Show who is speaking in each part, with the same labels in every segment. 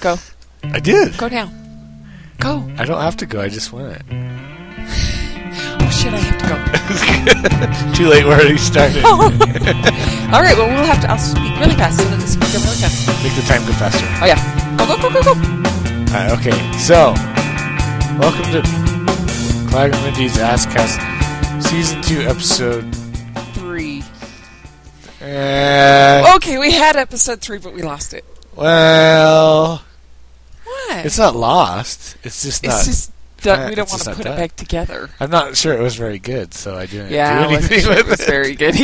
Speaker 1: Go.
Speaker 2: I did.
Speaker 1: Go down. Go.
Speaker 2: I don't have to go. I just went.
Speaker 1: Oh, shit, I have to go.
Speaker 2: Too late. We're already started.
Speaker 1: Oh. All right, well, we'll have to. I'll speak really fast so that this program really fast.
Speaker 2: Make the time go faster.
Speaker 1: Oh, yeah. Go, go, go, go, go.
Speaker 2: Uh, okay, so welcome to Clyde and Mindy's Askcast, season two, episode.
Speaker 1: Three.
Speaker 2: Uh,
Speaker 1: Okay, we had episode three, but we lost it.
Speaker 2: Well,
Speaker 1: What?
Speaker 2: it's not lost. It's just not.
Speaker 1: It's just done.
Speaker 2: uh,
Speaker 1: We don't
Speaker 2: it's just
Speaker 1: want to
Speaker 2: not
Speaker 1: put it
Speaker 2: done.
Speaker 1: back together.
Speaker 2: I'm not sure it was very good, so I didn't
Speaker 1: Yeah, I
Speaker 2: do
Speaker 1: wasn't
Speaker 2: anything
Speaker 1: sure it
Speaker 2: with
Speaker 1: was
Speaker 2: it.
Speaker 1: very good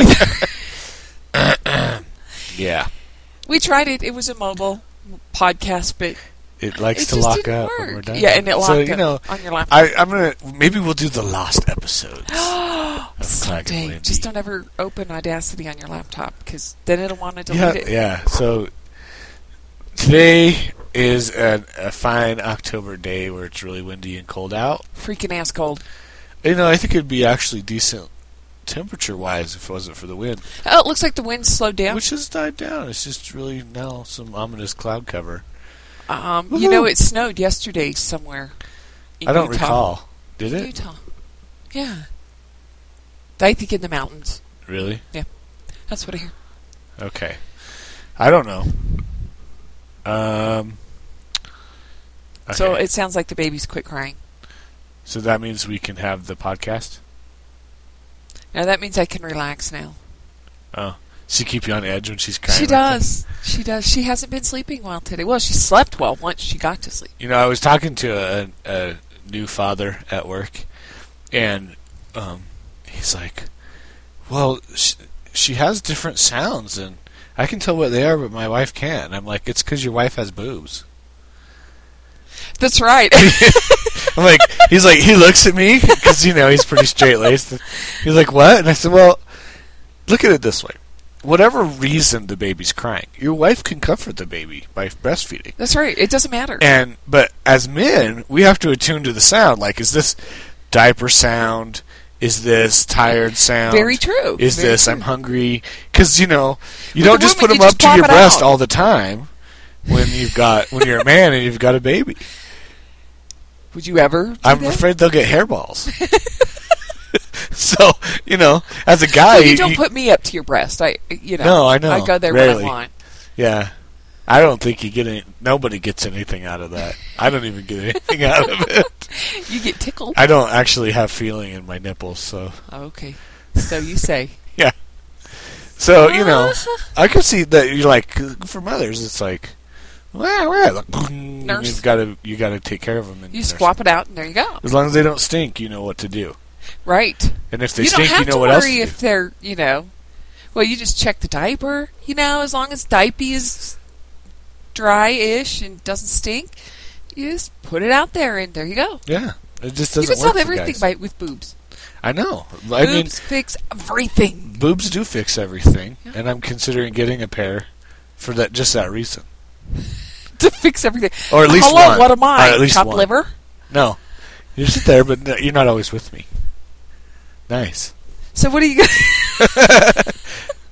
Speaker 1: either.
Speaker 2: yeah,
Speaker 1: we tried it. It was a mobile podcast, but
Speaker 2: it likes
Speaker 1: it
Speaker 2: to
Speaker 1: just
Speaker 2: lock
Speaker 1: didn't
Speaker 2: up
Speaker 1: work.
Speaker 2: when we're done.
Speaker 1: Yeah, and it locked
Speaker 2: so, you
Speaker 1: up
Speaker 2: know,
Speaker 1: on your laptop.
Speaker 2: I, I'm gonna maybe we'll do the lost episodes. of Clyde and
Speaker 1: Someday,
Speaker 2: Mindy.
Speaker 1: just don't ever open Audacity on your laptop because then it'll want to delete
Speaker 2: yeah,
Speaker 1: it.
Speaker 2: yeah. So today is an, a fine October day where it's really windy and cold out.
Speaker 1: Freaking ass cold.
Speaker 2: You know, I think it'd be actually decent temperature-wise if it wasn't for the wind,
Speaker 1: Oh, it looks like the wind slowed down.
Speaker 2: which has died down. It's just really now some ominous cloud cover.
Speaker 1: um, you know,
Speaker 2: Woohoo.
Speaker 1: it snowed yesterday somewhere. in
Speaker 2: I don't
Speaker 1: Utah.
Speaker 2: recall. Did it
Speaker 1: Utah. Yeah. I think in the mountains.
Speaker 2: really?
Speaker 1: That's what I hear.
Speaker 2: Okay, I don't know. Um.
Speaker 1: So
Speaker 2: okay.
Speaker 1: it sounds like the babies quit crying.
Speaker 2: so that means we can have the podcast.
Speaker 1: Now that means I can relax now.
Speaker 2: She keep you on edge when she's crying.
Speaker 1: she
Speaker 2: like that?
Speaker 1: does. She does. She hasn't been sleeping well today. Well, she slept well once she got to sleep.
Speaker 2: You know, I was talking to a, a new father at work, and um, he's like, "Well, she, she has different sounds, and I can tell what they are, but my wife can't." And I'm like, "It's because your wife has boobs."
Speaker 1: That's right.
Speaker 2: I'm like, he's like, he looks at me because you know he's pretty straight laced. He's like, "What?" And I said, "Well, look at it this way." Whatever reason the baby's crying, your wife can comfort the baby by breastfeeding.
Speaker 1: That's right. It doesn't matter.
Speaker 2: And but as men, we have to attune to the sound. Like, is this diaper sound? Is this tired sound?
Speaker 1: Very true.
Speaker 2: Is
Speaker 1: Very
Speaker 2: this
Speaker 1: true.
Speaker 2: I'm hungry? Because you know you
Speaker 1: With
Speaker 2: don't
Speaker 1: a
Speaker 2: just
Speaker 1: woman,
Speaker 2: put them up
Speaker 1: you just
Speaker 2: to
Speaker 1: plop
Speaker 2: your
Speaker 1: it
Speaker 2: breast
Speaker 1: out.
Speaker 2: all the time when you've got when you're a man and you've got a baby.
Speaker 1: Would you ever? do
Speaker 2: I'm
Speaker 1: that?
Speaker 2: afraid they'll get hairballs. so you know, as a guy,
Speaker 1: Well, you
Speaker 2: you-
Speaker 1: don't
Speaker 2: you-
Speaker 1: put me up to your breast. I, you know.
Speaker 2: No, I know.
Speaker 1: I go there
Speaker 2: Rarely.
Speaker 1: when I want.
Speaker 2: yeah. I don't think you get any. Nobody gets anything out of that. I don't even get anything out of it.
Speaker 1: You get tickled.
Speaker 2: I don't actually have feeling in my nipples, so
Speaker 1: Oh, okay. So you say.
Speaker 2: so you know,
Speaker 1: Uh-huh.
Speaker 2: I can see that you're like for mothers, it's like, well, well,
Speaker 1: Nurse.
Speaker 2: you've got to you got to take care of them. And
Speaker 1: You
Speaker 2: nurse
Speaker 1: swap it out, and there you go.
Speaker 2: them. as long as they don't stink, you know what to do,
Speaker 1: Right.
Speaker 2: and if they
Speaker 1: you
Speaker 2: stink,
Speaker 1: don't have
Speaker 2: you know
Speaker 1: to
Speaker 2: what else to
Speaker 1: worry if
Speaker 2: do.
Speaker 1: they're, you know. Well, you just check the diaper. You know, as long as diaper is dry-ish and doesn't stink, you just put it out there, and there you go.
Speaker 2: Yeah, it just
Speaker 1: You
Speaker 2: doesn't work.
Speaker 1: can solve
Speaker 2: for
Speaker 1: everything
Speaker 2: guys.
Speaker 1: by with boobs.
Speaker 2: I know. I mean,
Speaker 1: boobs fix everything.
Speaker 2: boobs do fix everything,
Speaker 1: Yeah.
Speaker 2: and I'm considering getting a pair for that just that reason,
Speaker 1: To fix everything.
Speaker 2: or at least
Speaker 1: Hello,
Speaker 2: one.
Speaker 1: what am I?
Speaker 2: Or at least
Speaker 1: Chopped
Speaker 2: one.
Speaker 1: liver?
Speaker 2: No, you sit there, but no, you're not always with me. Nice.
Speaker 1: So what are you? gonna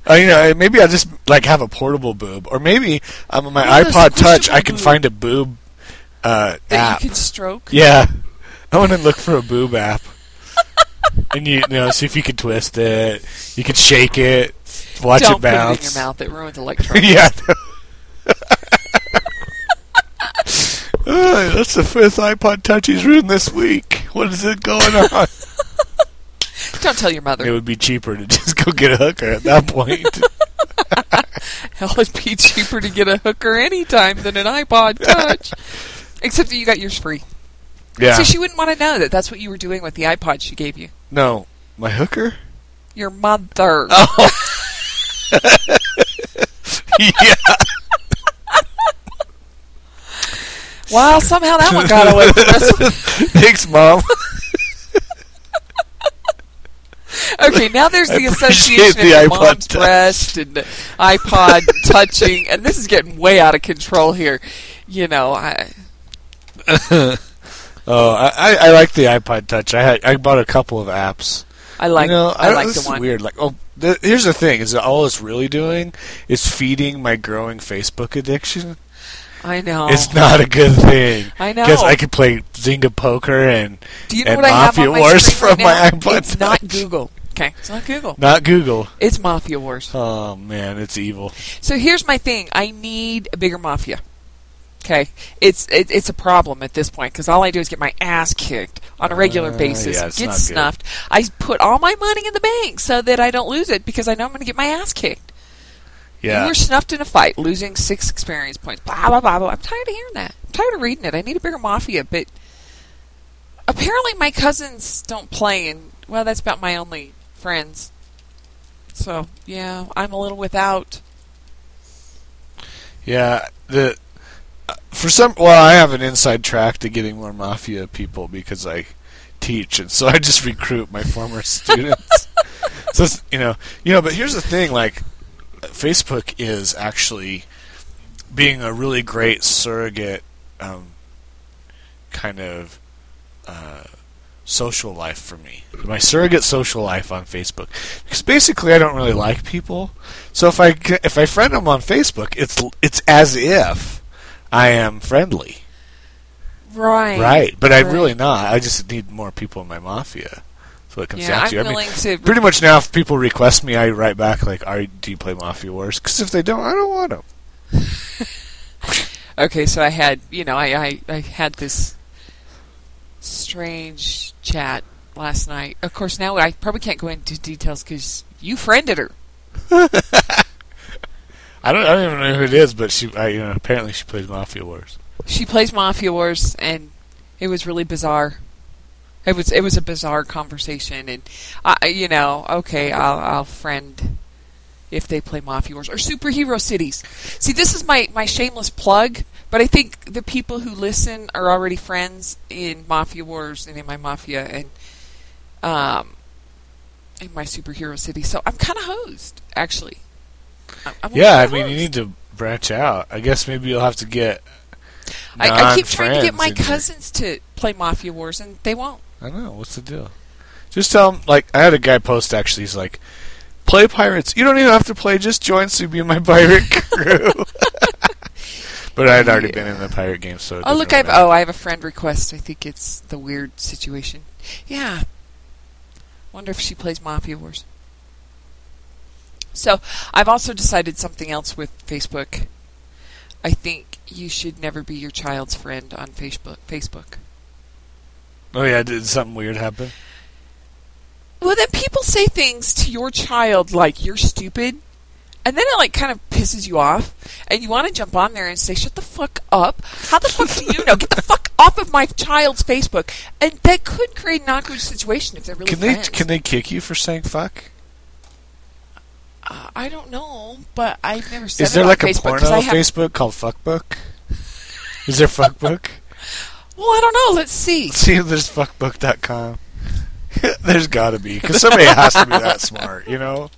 Speaker 2: Uh, you know, maybe I'll just like have a portable boob, or maybe um, on my
Speaker 1: One of those
Speaker 2: iPod Touch, I
Speaker 1: squishable
Speaker 2: can
Speaker 1: boob.
Speaker 2: find a boob uh,
Speaker 1: that
Speaker 2: app.
Speaker 1: you can stroke.
Speaker 2: Yeah, I want to look for a boob app, and you, you know, see if you can twist it, you can shake it, watch
Speaker 1: Don't
Speaker 2: it
Speaker 1: put
Speaker 2: bounce.
Speaker 1: it in your mouth; it ruins electronics.
Speaker 2: yeah. Uh, that's the fifth iPod Touch he's ruined this week. What is it going on?
Speaker 1: Don't tell your
Speaker 2: it
Speaker 1: mother.
Speaker 2: would be cheaper to just go get a hooker at that point.
Speaker 1: Hell, it'd be cheaper to get a hooker anytime than an iPod Touch. Except that you got yours free.
Speaker 2: yeah.
Speaker 1: So she wouldn't want to know that that's what you were doing with the iPod she gave you.
Speaker 2: no, my hooker.
Speaker 1: Your mother.
Speaker 2: Oh. yeah.
Speaker 1: Wow, somehow that one got away from us.
Speaker 2: Thanks, Mom.
Speaker 1: Okay, now there's the
Speaker 2: I appreciate
Speaker 1: association
Speaker 2: the
Speaker 1: of
Speaker 2: iPod
Speaker 1: mom's
Speaker 2: Touch.
Speaker 1: breast and the iPod touching, and this is getting way out of control here. You know, I,
Speaker 2: Oh, I, I, I like the iPod Touch. I had, I bought a couple of apps.
Speaker 1: I like,
Speaker 2: you know,
Speaker 1: I,
Speaker 2: don't-
Speaker 1: like
Speaker 2: this
Speaker 1: the
Speaker 2: is
Speaker 1: one.
Speaker 2: Weird. Like, oh, th- here's the thing: is that all it's really doing is feeding my growing Facebook addiction.
Speaker 1: I know.
Speaker 2: It's not a good thing.
Speaker 1: Oh. I know.
Speaker 2: Because I could play Zynga poker and
Speaker 1: Do you know
Speaker 2: and
Speaker 1: what I have
Speaker 2: Mafia
Speaker 1: on my
Speaker 2: Wars
Speaker 1: screen
Speaker 2: from
Speaker 1: right
Speaker 2: my
Speaker 1: now?
Speaker 2: iPod
Speaker 1: It's not
Speaker 2: Touch.
Speaker 1: Google. Okay, it's not Google.
Speaker 2: not Google.
Speaker 1: It's Mafia Wars.
Speaker 2: Oh man, it's evil.
Speaker 1: So here's my thing. I need a bigger mafia. Okay, it's it, it's a problem at this point because all I do is get my ass kicked on a regular
Speaker 2: Uh,
Speaker 1: basis,
Speaker 2: yeah, it's
Speaker 1: get
Speaker 2: not good.
Speaker 1: snuffed. I put all my money in the bank so that I don't lose it because I know I'm going to get my ass kicked.
Speaker 2: Yeah.
Speaker 1: You were snuffed in a fight, losing six experience points. Blah blah blah. blah. I'm tired of hearing that. I'm tired of reading it. I need a bigger mafia, but apparently my cousins don't play, and well, that's about my only friends. So yeah, I'm a little without.
Speaker 2: Yeah, the uh, for some well, I have an inside track to getting more mafia people because I teach, and so I just recruit my former students. So it's, you know, you know, but here's the thing: like, Facebook is actually being a really great surrogate um, kind of uh, social life for me. My surrogate social life on Facebook, because basically I don't really like people. So if I c- if I friend them on Facebook, it's it's as if I am friendly,
Speaker 1: Right.
Speaker 2: right? But I'm
Speaker 1: Right.
Speaker 2: really not. I just need more people in my mafia. That's what it comes
Speaker 1: Yeah,
Speaker 2: down
Speaker 1: I'm
Speaker 2: to. I mean,
Speaker 1: willing to.
Speaker 2: pretty much now, if people request me, I write back like, "Are do you play Mafia Wars?" Because if they don't, I don't want them.
Speaker 1: Okay, so I had you know I, I I had this strange chat last night. Of course, now I probably can't go into details because you friended her.
Speaker 2: I don't. I don't even know who it is, but she. I, you know, apparently she plays Mafia Wars.
Speaker 1: She plays Mafia Wars, and it was really bizarre. It was it was a bizarre conversation, and I I- you know okay I'll I'll friend if they play Mafia Wars or superhero cities. See, this is my my shameless plug, but I think the people who listen are already friends in Mafia Wars and in my Mafia and um in my superhero city. So I'm kind of hosed actually. I'm, I'm a
Speaker 2: yeah, I
Speaker 1: little
Speaker 2: mean, you
Speaker 1: hosed.
Speaker 2: need to branch out. I guess maybe you'll have to get.
Speaker 1: I, I keep trying to get
Speaker 2: non-friends
Speaker 1: my
Speaker 2: in your-
Speaker 1: cousins to play Mafia Wars, and they won't.
Speaker 2: I don't know. What's the deal? Just tell him. Like, I had a guy post actually. He's like, "Play pirates. You don't even have to play. Just join so you be my pirate crew." but I had already been in the pirate game, so. it
Speaker 1: Oh, look, I
Speaker 2: doesn't
Speaker 1: have
Speaker 2: matter.
Speaker 1: oh, I have a friend request. I think it's the weird situation. Yeah, wonder if she plays Mafia Wars. So I've also decided something else with Facebook. I think you should never be your child's friend on Facebook. Facebook.
Speaker 2: Oh yeah, did something weird happen?
Speaker 1: Well, then people say things to your child like you're stupid, and then it like kind of pisses you off, and you want to jump on there and say, "Shut the fuck up! How the fuck do you know? Get the fuck off of my child's Facebook!" And that could create an awkward situation if they're really
Speaker 2: Can they
Speaker 1: friends.
Speaker 2: can they kick you for saying fuck?
Speaker 1: Uh, I don't know, but I've never said
Speaker 2: Is there
Speaker 1: it
Speaker 2: like
Speaker 1: on
Speaker 2: a
Speaker 1: Facebook
Speaker 2: porno
Speaker 1: 'cause I
Speaker 2: on
Speaker 1: have-
Speaker 2: Facebook called Fuckbook? Is there Fuckbook?
Speaker 1: Well, I don't know. Let's see.
Speaker 2: See, there's fuckbook.com. there's got to be because somebody has to be that smart, you know.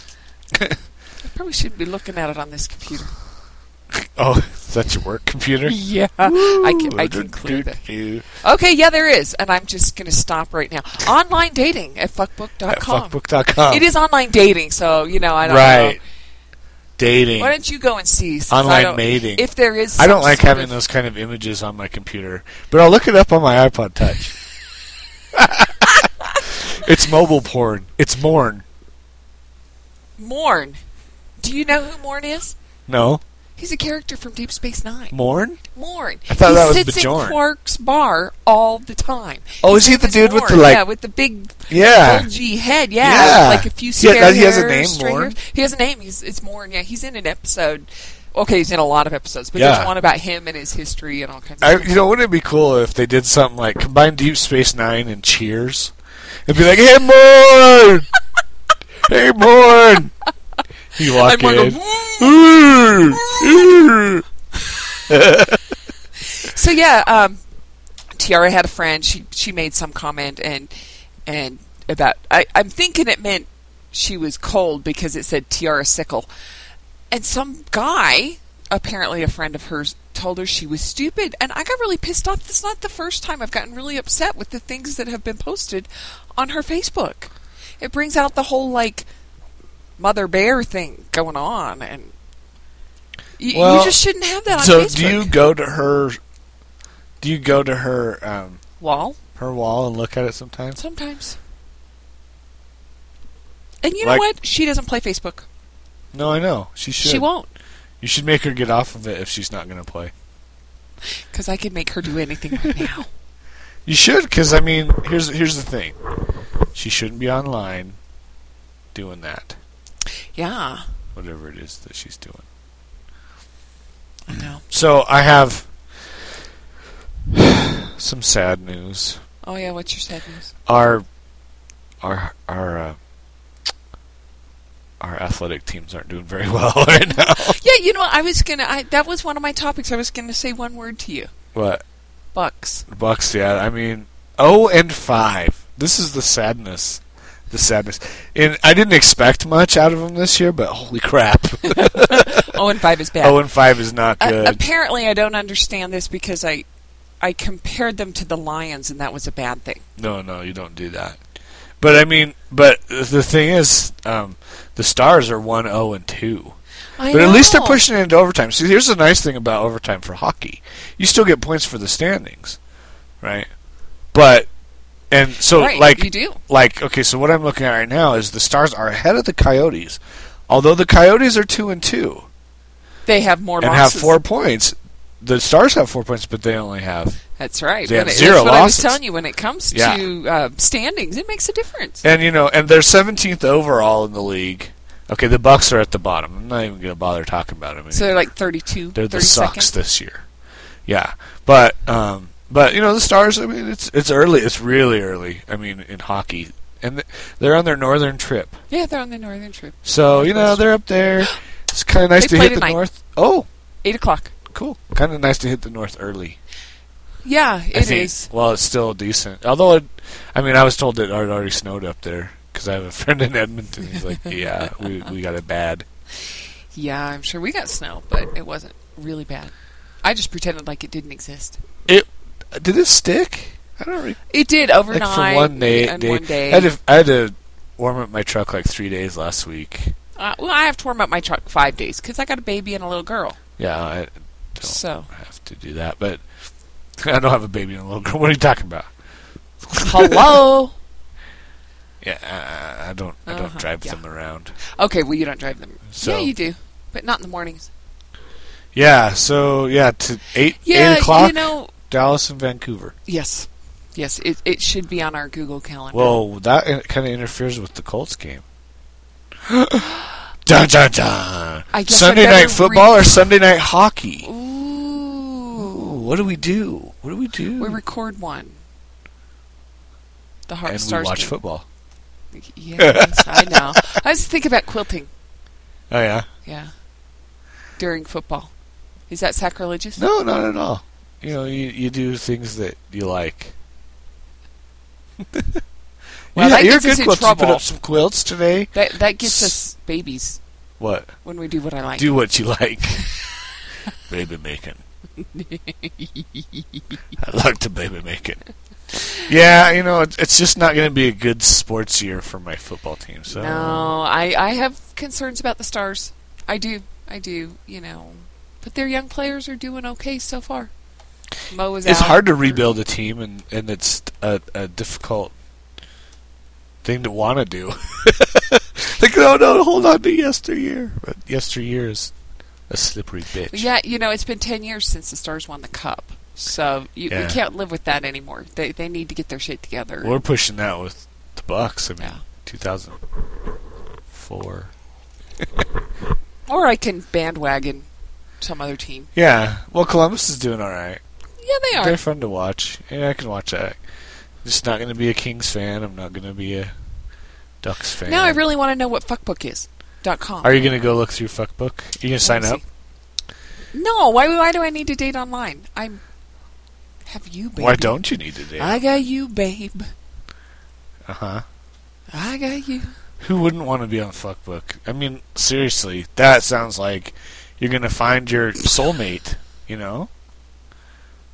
Speaker 1: I probably shouldn't be looking at it on this computer.
Speaker 2: Oh, is that your work computer?
Speaker 1: Yeah, I can. I can clear that. Okay, yeah, there is, and I'm just going to stop right now. Online dating at fuckbook.com.
Speaker 2: At fuckbook.com.
Speaker 1: It is online dating, so you know I don't
Speaker 2: Oh. right.
Speaker 1: know.
Speaker 2: Dating.
Speaker 1: Why don't you go and see? since I
Speaker 2: Online
Speaker 1: don't-
Speaker 2: mating.
Speaker 1: If there is,
Speaker 2: I don't
Speaker 1: some
Speaker 2: like
Speaker 1: sort
Speaker 2: having
Speaker 1: of-
Speaker 2: those kind of images on my computer, but I'll look it up on my iPod Touch. it's mobile porn. It's Morn.
Speaker 1: Morn. Do you know who Morn is?
Speaker 2: No,
Speaker 1: He's a character from Deep Space Nine.
Speaker 2: Morn.
Speaker 1: Morn.
Speaker 2: I thought
Speaker 1: he
Speaker 2: that was
Speaker 1: sits
Speaker 2: Bjorn.
Speaker 1: in Quark's bar all the time.
Speaker 2: Oh,
Speaker 1: His
Speaker 2: is he
Speaker 1: name
Speaker 2: the dude with
Speaker 1: Morn.
Speaker 2: the, like-
Speaker 1: yeah, with the big
Speaker 2: Yeah.
Speaker 1: bulgy head? Yeah,
Speaker 2: Yeah.
Speaker 1: like a few
Speaker 2: Yeah,
Speaker 1: spare
Speaker 2: that- he has a
Speaker 1: hairs,
Speaker 2: name,
Speaker 1: string
Speaker 2: Morn?
Speaker 1: hairs. He has a name. He's it's Morn. Yeah, he's in an episode. Okay, he's in a lot of episodes, but
Speaker 2: Yeah.
Speaker 1: there's one about him and his history and all kinds of.
Speaker 2: I,
Speaker 1: stuff.
Speaker 2: you know, wouldn't it be cool if they did something like combine Deep Space Nine and Cheers, and be like, "Hey, Morn, hey, Morn." You walk
Speaker 1: And Morn
Speaker 2: in.
Speaker 1: goes, "Woo!"
Speaker 2: "Ooh, ooh."
Speaker 1: So yeah, um, Tiara had a friend. She she made some comment and and about I, I'm thinking it meant she was cold because it said Tiara sickle, and some guy apparently a friend of hers told her she was stupid, and I got really pissed off. That's not the first time I've gotten really upset with the things that have been posted on her Facebook. It brings out the whole like mother bear thing going on, and You,
Speaker 2: Well,
Speaker 1: you just shouldn't have that on
Speaker 2: so
Speaker 1: Facebook.
Speaker 2: do you go to her? Do you go to her um,
Speaker 1: Well,
Speaker 2: her wall and look at it sometimes?
Speaker 1: sometimes. And you know
Speaker 2: Like-
Speaker 1: what? She doesn't play Facebook.
Speaker 2: No, I know she should.
Speaker 1: She won't,
Speaker 2: You should make her get off of it if she's not going to play.
Speaker 1: because I can make her do anything right now.
Speaker 2: You should, because I mean, here's here's the thing. She shouldn't be online doing that,
Speaker 1: Yeah,
Speaker 2: whatever it is that she's doing.
Speaker 1: I know.
Speaker 2: So I have some sad news.
Speaker 1: Oh yeah, what's your sad news?
Speaker 2: Our our our uh, our athletic teams aren't doing very well right now.
Speaker 1: Yeah, you know, I was gonna. I, that was one of my topics. I was gonna say one word to you.
Speaker 2: What
Speaker 1: Bucks.
Speaker 2: Bucks? Yeah, I mean, oh and five. This is the sadness. The sadness, and I didn't expect much out of them this year, but holy crap!
Speaker 1: Oh, and five is bad.
Speaker 2: Oh and five is not
Speaker 1: A-
Speaker 2: good.
Speaker 1: apparently, I don't understand this because I, I compared them to the Lions, and that was a bad thing.
Speaker 2: No, no, you don't do that. But I mean, but the thing is, um, the Stars are one zero and two.
Speaker 1: I
Speaker 2: But at least they're
Speaker 1: know.
Speaker 2: pushing it into overtime. See, here's the nice thing about overtime for hockey: you still get points for the standings, right? But and so
Speaker 1: Right,
Speaker 2: like
Speaker 1: you do.
Speaker 2: like okay, so what I'm looking at right now is the Stars are ahead of the Coyotes, although the Coyotes are two and two
Speaker 1: They have more
Speaker 2: and have
Speaker 1: losses.
Speaker 2: four points. The Stars have four points, but they only have
Speaker 1: That's right.
Speaker 2: They
Speaker 1: When
Speaker 2: have
Speaker 1: it-
Speaker 2: zero
Speaker 1: that's what
Speaker 2: losses.
Speaker 1: I was telling you. When it comes
Speaker 2: Yeah.
Speaker 1: to uh, standings, it makes a difference.
Speaker 2: And you know, and they're seventeenth overall in the league. Okay, the Bucks are at the bottom. I'm not even going to bother talking about them. Anymore.
Speaker 1: So they're like 32,
Speaker 2: they're the
Speaker 1: 30
Speaker 2: sucks
Speaker 1: seconds.
Speaker 2: this year. Yeah, but um, but you know, the Stars. I mean, it's it's early. It's really early. I mean, in hockey, and th- they're on their northern trip.
Speaker 1: Yeah, they're on the northern trip.
Speaker 2: So you know, they're up there. It's kind of nice
Speaker 1: Oh, They
Speaker 2: to
Speaker 1: play
Speaker 2: hit the
Speaker 1: tonight.
Speaker 2: north. Oh,
Speaker 1: Eight o'clock.
Speaker 2: cool. Kind of nice to hit the north early.
Speaker 1: Yeah,
Speaker 2: I
Speaker 1: it
Speaker 2: think.
Speaker 1: is.
Speaker 2: Well, it's still decent. Although, it, I mean, I was told it had already snowed up there because I have a friend in Edmonton. He's like, "Yeah, we we got it bad."
Speaker 1: Yeah, I'm sure we got snow, but it wasn't really bad. I just pretended like it didn't exist.
Speaker 2: It Uh, did it stick? I don't really,
Speaker 1: It did
Speaker 2: like
Speaker 1: overnight.
Speaker 2: for one day.
Speaker 1: and
Speaker 2: day.
Speaker 1: one day.
Speaker 2: I had, to, I had to warm up my truck like three days last week.
Speaker 1: Uh, well, I have to warm up my truck five days because I got a baby and a little girl.
Speaker 2: Yeah, I don't
Speaker 1: So
Speaker 2: have to do that, but I don't have a baby and a little girl. What are you talking about?
Speaker 1: hello.
Speaker 2: Yeah, I- I, I don't. I don't
Speaker 1: Uh-huh,
Speaker 2: drive
Speaker 1: yeah.
Speaker 2: them around.
Speaker 1: okay, well you don't drive them.
Speaker 2: So-
Speaker 1: yeah, you do, but not in the mornings.
Speaker 2: Yeah. So yeah, to eight
Speaker 1: Yeah,
Speaker 2: eight o'clock.
Speaker 1: you know.
Speaker 2: Dallas and Vancouver.
Speaker 1: Yes, yes. It it should be on our Google calendar.
Speaker 2: Well, that kind of interferes with the Colts game. dun dun dun!
Speaker 1: I guess I
Speaker 2: Sunday
Speaker 1: better
Speaker 2: night football
Speaker 1: re-
Speaker 2: or Sunday night hockey? Ooh,
Speaker 1: Ooh,
Speaker 2: what do we do? What do we do?
Speaker 1: we record one. The Heart
Speaker 2: and we
Speaker 1: Stars.
Speaker 2: watch
Speaker 1: game.
Speaker 2: football.
Speaker 1: Yes, I know. I was thinking about quilting.
Speaker 2: Oh yeah?
Speaker 1: Yeah. During football, is that sacrilegious?
Speaker 2: No, not at all. You know, you, you do things that you like.
Speaker 1: Well,
Speaker 2: yeah,
Speaker 1: that
Speaker 2: you're a
Speaker 1: gets us
Speaker 2: good
Speaker 1: in
Speaker 2: quilt. You put
Speaker 1: trouble.
Speaker 2: up some quilts today.
Speaker 1: That that gets
Speaker 2: S-
Speaker 1: us babies
Speaker 2: What?
Speaker 1: when we do what I like.
Speaker 2: Do what you like. baby making. I like to baby making. Yeah, you know, it- it's just not going to be a good sports year for my football team. So
Speaker 1: No, I, I have concerns about the Stars. I do. I do, you know. But their young players are doing okay so far. Mo is
Speaker 2: it's
Speaker 1: out.
Speaker 2: hard to rebuild a team, and, and it's a, a difficult thing to want to do. like, no, no, hold on to yesteryear. But yesteryear is a slippery bitch.
Speaker 1: Yeah, you know, it's been 10 years since the Stars won the Cup. So you,
Speaker 2: Yeah.
Speaker 1: we can't live with that anymore. They, they need to get their shit together.
Speaker 2: We're pushing that with the Bucks. I mean,
Speaker 1: Yeah.
Speaker 2: 2004.
Speaker 1: or I can bandwagon some other team.
Speaker 2: Yeah. Well, Columbus is doing all right.
Speaker 1: Yeah, they are.
Speaker 2: They're fun to watch. Yeah, I can watch that. Just not going to be a Kings fan. I'm not going to be a Ducks fan.
Speaker 1: now I really want to know what fuckbook is. Dot com.
Speaker 2: Are you going to go look through Fuckbook? you going to sign
Speaker 1: Let me
Speaker 2: up?
Speaker 1: see. No, why why do I need to date online? I'm have you baby.
Speaker 2: Why don't you need to do? Uh
Speaker 1: I got you, babe. Uh-huh.
Speaker 2: huh.
Speaker 1: I got you.
Speaker 2: Who wouldn't want to be on Fuckbook? I mean, seriously, that sounds like you're going to find your soulmate. You know.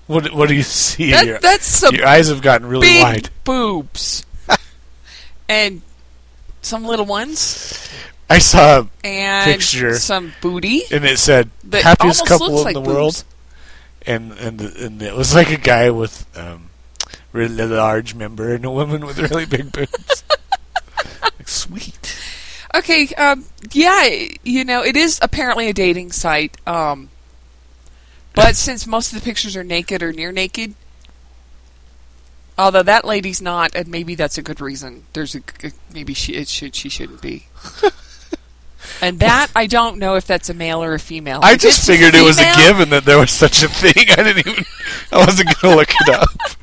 Speaker 2: What What do you see?
Speaker 1: That,
Speaker 2: your,
Speaker 1: that's some
Speaker 2: your eyes have gotten really
Speaker 1: big
Speaker 2: wide.
Speaker 1: boobs. and some little ones.
Speaker 2: I saw a
Speaker 1: and
Speaker 2: Picture.
Speaker 1: some booty.
Speaker 2: and it said
Speaker 1: That
Speaker 2: happiest
Speaker 1: almost
Speaker 2: couple in
Speaker 1: looks
Speaker 2: the
Speaker 1: like
Speaker 2: world,
Speaker 1: boobs.
Speaker 2: and and the, and it was like a guy with um, really large member and a woman with really big boobs. like, sweet.
Speaker 1: Okay, um, yeah, you know, it is apparently a dating site. Um, but since most of the pictures are naked or near naked, although that lady's not, and maybe that's a good reason. There's a g- maybe she it should she shouldn't be. and that I don't know if that's a male or a female.
Speaker 2: I
Speaker 1: If
Speaker 2: just
Speaker 1: it's a
Speaker 2: figured it was a
Speaker 1: female-
Speaker 2: given that there was such a thing. I didn't even. I wasn't gonna look it up.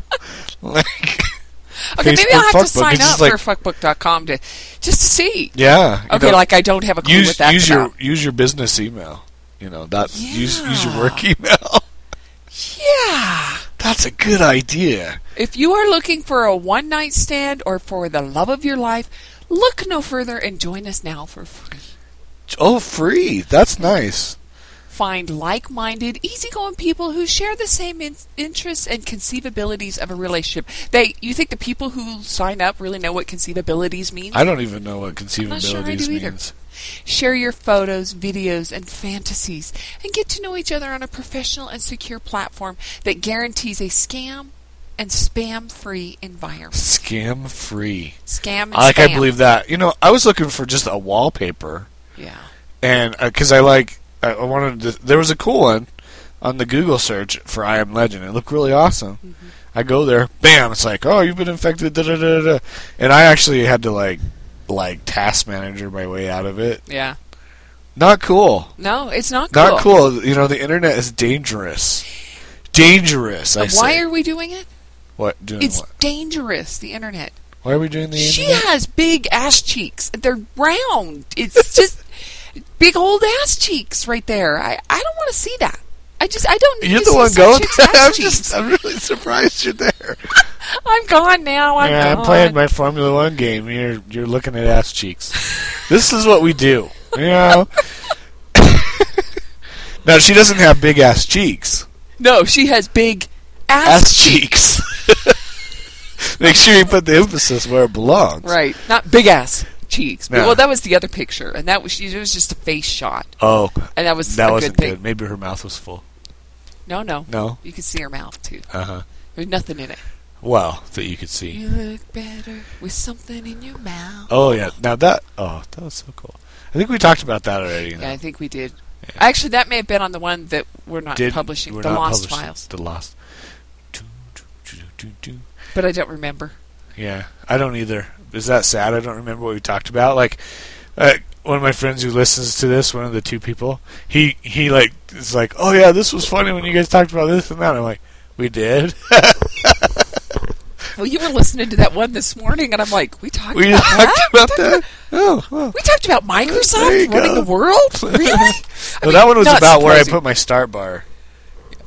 Speaker 2: Like,
Speaker 1: Okay, maybe I'll
Speaker 2: Facebook
Speaker 1: have to
Speaker 2: fuckbook.
Speaker 1: sign
Speaker 2: It's
Speaker 1: up
Speaker 2: just
Speaker 1: for fuckbook.com to just to see.
Speaker 2: yeah. you
Speaker 1: Okay,
Speaker 2: know,
Speaker 1: like I don't have a clue what
Speaker 2: use
Speaker 1: that's
Speaker 2: use
Speaker 1: about.
Speaker 2: your use your business email. You know that's use use your
Speaker 1: Yeah.
Speaker 2: work email.
Speaker 1: yeah.
Speaker 2: That's a good idea.
Speaker 1: If you are looking for a one night stand or for the love of your life, look no further and join us now for free.
Speaker 2: Oh, free. That's nice.
Speaker 1: Find like minded, easygoing people who share the same in- interests and conceivabilities of a relationship. They, you think the people who sign up really know what conceivabilities means?
Speaker 2: I don't even know what
Speaker 1: not
Speaker 2: conceivabilities
Speaker 1: sure I do either.
Speaker 2: means.
Speaker 1: Share your photos, videos, and fantasies, and get to know each other on a professional and secure platform that guarantees a scam and spam free environment.
Speaker 2: Scam free.
Speaker 1: Scam and
Speaker 2: I like.
Speaker 1: spam.
Speaker 2: I believe that. You know, I was looking for just a wallpaper,
Speaker 1: Yeah.
Speaker 2: and because I like, I I wanted. To, there was a cool one on the Google search for I Am Legend. It looked really awesome.
Speaker 1: Mm-hmm.
Speaker 2: I go there, bam! It's like, oh, you've been infected. Da da da da. And I actually had to like, like task manager my way out of it.
Speaker 1: Yeah.
Speaker 2: Not cool.
Speaker 1: No, it's not cool.
Speaker 2: Not cool. You know, the internet is dangerous. Dangerous. I
Speaker 1: But why
Speaker 2: say.
Speaker 1: are we doing it?
Speaker 2: what doing
Speaker 1: It's
Speaker 2: what?
Speaker 1: dangerous, the internet.
Speaker 2: Why are we doing the
Speaker 1: She
Speaker 2: internet?
Speaker 1: has big ass cheeks. They're round. It's just big old ass cheeks right there. I, I don't want to see that. I just I don't need
Speaker 2: You're
Speaker 1: to
Speaker 2: the
Speaker 1: see
Speaker 2: one
Speaker 1: some
Speaker 2: going.
Speaker 1: chick's ass
Speaker 2: I'm
Speaker 1: cheeks.
Speaker 2: just. I'm really surprised you're there.
Speaker 1: I'm gone now. I'm
Speaker 2: yeah,
Speaker 1: gone.
Speaker 2: I'm playing my Formula One game. You're you're looking at ass cheeks. this is what we do. You know. now she doesn't have big ass cheeks.
Speaker 1: no, she has big ass,
Speaker 2: Ass cheeks. Make sure you put the emphasis where it belongs.
Speaker 1: Right, not big ass cheeks. But,
Speaker 2: No.
Speaker 1: Well, that was the other picture, and that was she. It was just a face shot,
Speaker 2: Oh,
Speaker 1: and that was
Speaker 2: that
Speaker 1: a
Speaker 2: wasn't
Speaker 1: good thing.
Speaker 2: good. Maybe her mouth was full.
Speaker 1: No, no,
Speaker 2: No.
Speaker 1: You could see her mouth too.
Speaker 2: Uh huh.
Speaker 1: There's nothing in it.
Speaker 2: Well, that you could see.
Speaker 1: You look better with something in your mouth.
Speaker 2: Oh yeah. Now that. Oh, that was so cool. I think we talked about that already.
Speaker 1: Yeah, I think we did. Actually, that may have been on the one that we're not
Speaker 2: Did-
Speaker 1: publishing,
Speaker 2: we're
Speaker 1: the
Speaker 2: not
Speaker 1: lost
Speaker 2: publishing
Speaker 1: files.
Speaker 2: The lost. Do, do, do, do, do, do.
Speaker 1: But I don't remember.
Speaker 2: Yeah, I don't either. Is that sad? I don't remember what we talked about. Like, uh, one of my friends who listens to this, one of the two people, he he like is like, oh yeah, this was funny when you guys talked about this and that. I'm like, we did.
Speaker 1: Well, you were listening to that one this morning, and I'm like, we talked
Speaker 2: we
Speaker 1: about
Speaker 2: talked
Speaker 1: that?
Speaker 2: about that. Oh, well.
Speaker 1: We talked about
Speaker 2: There you
Speaker 1: Microsoft
Speaker 2: go.
Speaker 1: running the world? Really? I
Speaker 2: well
Speaker 1: mean,
Speaker 2: that one was
Speaker 1: not
Speaker 2: about where I
Speaker 1: surprising.
Speaker 2: put my start bar.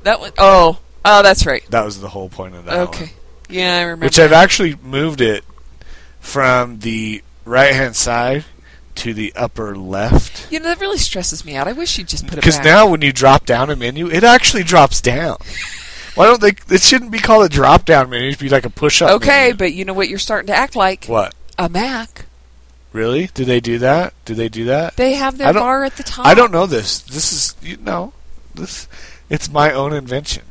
Speaker 1: That one, oh, oh, that's right.
Speaker 2: That was the whole point of that. one.
Speaker 1: okay. Yeah, I remember.
Speaker 2: which I've actually moved it from the right hand side to the upper left.
Speaker 1: you know, that really stresses me out. I wish you'd just put it
Speaker 2: Because
Speaker 1: back.
Speaker 2: now when you drop down a menu, it actually drops down. Why don't they? It shouldn't be called a drop down menu. It should be like a push up.
Speaker 1: okay, but you know what? You're starting to act like
Speaker 2: what?
Speaker 1: a Mac.
Speaker 2: Really? Do they do that? Do they do that?
Speaker 1: They have
Speaker 2: I
Speaker 1: their
Speaker 2: don't-
Speaker 1: bar at the top.
Speaker 2: I don't know this. This is you know this. It's my own invention.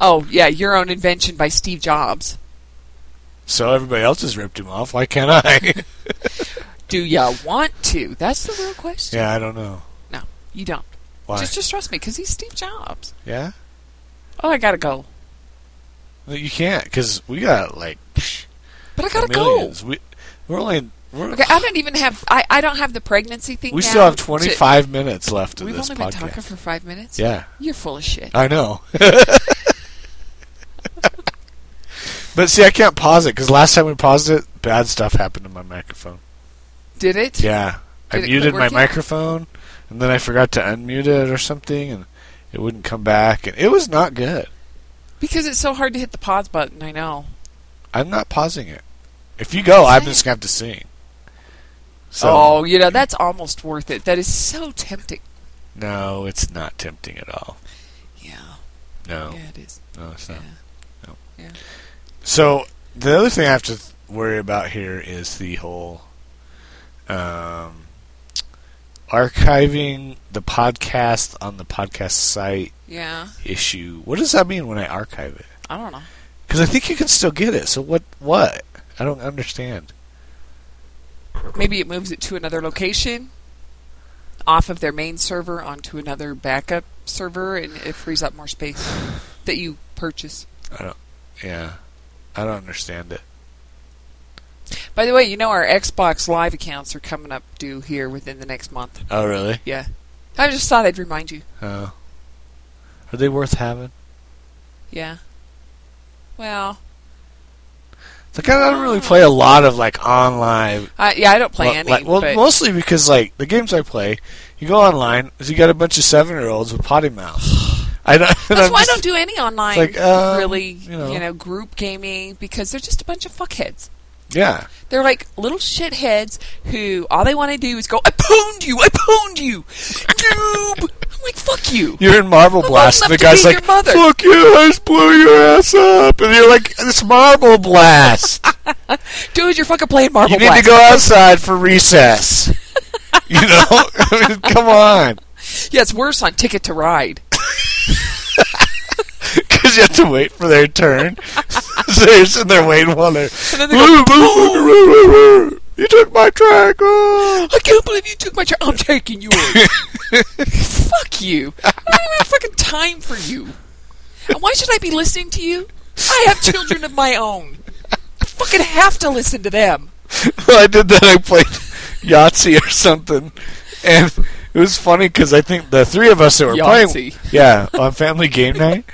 Speaker 1: Oh, yeah, your own invention by Steve Jobs.
Speaker 2: So everybody else has ripped him off. Why can't I?
Speaker 1: Do ya want to? That's the real question.
Speaker 2: yeah, I don't know.
Speaker 1: No, you don't.
Speaker 2: Why?
Speaker 1: Just just trust me, because he's Steve Jobs.
Speaker 2: yeah.
Speaker 1: Oh, I gotta go.
Speaker 2: No, You can't because we got like
Speaker 1: But I gotta
Speaker 2: millions. We we're only we're,
Speaker 1: go. Okay, I don't even have. I, I don't have the pregnancy thing.
Speaker 2: we
Speaker 1: down
Speaker 2: still have
Speaker 1: to-
Speaker 2: twenty five minutes left of
Speaker 1: We've
Speaker 2: this
Speaker 1: only been
Speaker 2: podcast.
Speaker 1: talking for five minutes.
Speaker 2: yeah, Uh,
Speaker 1: You're full of shit.
Speaker 2: I know. but see, I can't pause it because last time we paused it, bad stuff happened to my microphone.
Speaker 1: Did it?
Speaker 2: Yeah, I
Speaker 1: Did it quit
Speaker 2: muted my
Speaker 1: working?
Speaker 2: microphone, and then I forgot to unmute it or something, and it wouldn't come back, and it was not good.
Speaker 1: Because it's so hard to hit the pause button. I know.
Speaker 2: I'm not pausing it. If you go, I'm
Speaker 1: Same.
Speaker 2: just gonna have to sing. So
Speaker 1: oh, you know that's almost worth it. That is so tempting.
Speaker 2: no, it's not tempting at all.
Speaker 1: Yeah.
Speaker 2: No,
Speaker 1: Yeah, it is.
Speaker 2: no, it's
Speaker 1: Yeah.
Speaker 2: not.
Speaker 1: yeah.
Speaker 2: So the other thing I have to th- worry about here is the whole um, archiving the podcast on the podcast site
Speaker 1: Yeah.
Speaker 2: issue. What does that mean when I archive it?
Speaker 1: I don't know.
Speaker 2: Because I think you can still get it. So what? What? I don't understand.
Speaker 1: Maybe it moves it to another location off of their main server onto another backup server and it frees up more space that you purchase.
Speaker 2: I don't. Yeah, I don't understand it.
Speaker 1: By the way, you know our Xbox Live accounts are coming up due here within the next month.
Speaker 2: Oh really?
Speaker 1: Yeah. I just thought I'd remind you.
Speaker 2: Oh. Are they worth having?
Speaker 1: Yeah. Well,
Speaker 2: It's Like I don't really play a lot of like online.
Speaker 1: I, yeah, I don't play
Speaker 2: well,
Speaker 1: any.
Speaker 2: like- well,
Speaker 1: but-
Speaker 2: mostly because like the games I play, you go online, is you got a bunch of seven year olds with potty mouth. I don't. and
Speaker 1: That's
Speaker 2: I'm
Speaker 1: why
Speaker 2: just-
Speaker 1: I don't do any online
Speaker 2: It's like, um,
Speaker 1: really,
Speaker 2: you know.
Speaker 1: group gaming because they're just a bunch of fuckheads.
Speaker 2: Yeah.
Speaker 1: They're like little shitheads who all they want to do is go, I pwned you, I pwned you, noob. I'm like, fuck you.
Speaker 2: You're in Marble
Speaker 1: I'm
Speaker 2: Blast,
Speaker 1: old
Speaker 2: and the
Speaker 1: enough to
Speaker 2: guy's
Speaker 1: be
Speaker 2: like,
Speaker 1: your mother.
Speaker 2: "Fuck you! I just blew your ass up," and you're like, "It's Marble Blast.
Speaker 1: Dude, you're fucking playing Marble
Speaker 2: you need
Speaker 1: Blast.
Speaker 2: to go outside for recess." you know, I mean, come on,
Speaker 1: Yeah, it's worse on Ticket to Ride.
Speaker 2: because you have to wait for their turn. so you're sitting there waiting while they're.
Speaker 1: And then they go,
Speaker 2: "Woo, motherfucker, woo, woo, woo. You took my track. oh."
Speaker 1: I can't believe you took my chair. I'm taking yours. Fuck you. I don't even have fucking time for you. And why should I be listening to you? I have children of my own. I fucking have to listen to them.
Speaker 2: I did that. I played Yahtzee or something, and it was funny because I think the three of us that were playing,
Speaker 1: Yahtzee.
Speaker 2: yeah, on family game night,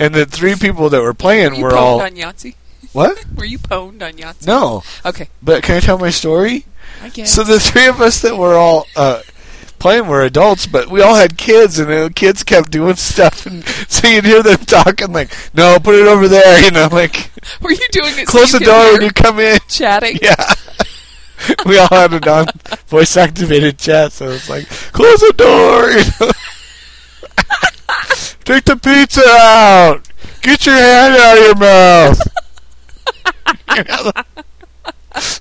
Speaker 2: and the three people that were playing
Speaker 1: Were you
Speaker 2: were
Speaker 1: pwned
Speaker 2: all
Speaker 1: on Yahtzee?
Speaker 2: what?
Speaker 1: Were you pwned on Yahtzee?
Speaker 2: No,
Speaker 1: Okay,
Speaker 2: but can I tell my story?
Speaker 1: I guess.
Speaker 2: So the three of us that were all uh, playing were adults, but we all had kids, and the kids kept doing stuff, and so you'd hear them talking like, "No, put it over there," you know, like
Speaker 1: Were you doing it? so
Speaker 2: close
Speaker 1: you
Speaker 2: the
Speaker 1: could
Speaker 2: door when
Speaker 1: hear
Speaker 2: you come in.
Speaker 1: Chatting.
Speaker 2: Yeah. we all had it on voice activated chat, so it's like, close the door, you know. Take the pizza out. Get your hand out of your mouth. You know?